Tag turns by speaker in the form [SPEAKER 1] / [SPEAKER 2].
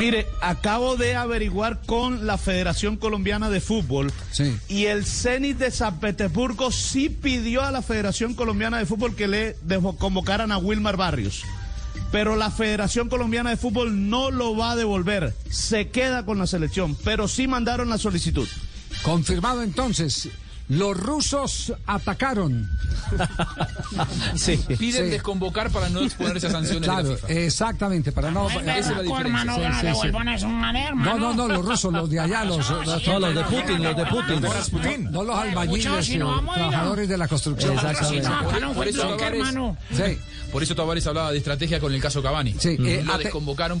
[SPEAKER 1] Mire, acabo de averiguar con la Federación Colombiana de Fútbol
[SPEAKER 2] Sí.
[SPEAKER 1] y el Zenit de San Petersburgo sí pidió a la Federación Colombiana de Fútbol que le dejo- convocaran a Wilmar Barrios. Pero la Federación Colombiana de Fútbol no lo va a devolver, se queda con la selección, pero sí mandaron la solicitud.
[SPEAKER 2] Confirmado entonces. Los rusos atacaron.
[SPEAKER 1] Sí.
[SPEAKER 3] Piden
[SPEAKER 2] Sí.
[SPEAKER 3] desconvocar para no exponerse a sanciones. de la
[SPEAKER 2] Claro,
[SPEAKER 3] FIFA.
[SPEAKER 2] exactamente, para Ah, no...
[SPEAKER 3] Esa es la diferencia.
[SPEAKER 2] Sí, sí, sí. No, no, no, los rusos, los de allá, los... los-
[SPEAKER 4] No, los de Putin, los de Putin.
[SPEAKER 2] No los albañiles, sino trabajadores de la construcción.
[SPEAKER 3] Por eso Tavares-
[SPEAKER 2] Sí,
[SPEAKER 3] Por eso Tavares hablaba de estrategia con el caso Cavani.
[SPEAKER 2] Sí, eh,
[SPEAKER 3] lo
[SPEAKER 2] ate-
[SPEAKER 3] desconvocaron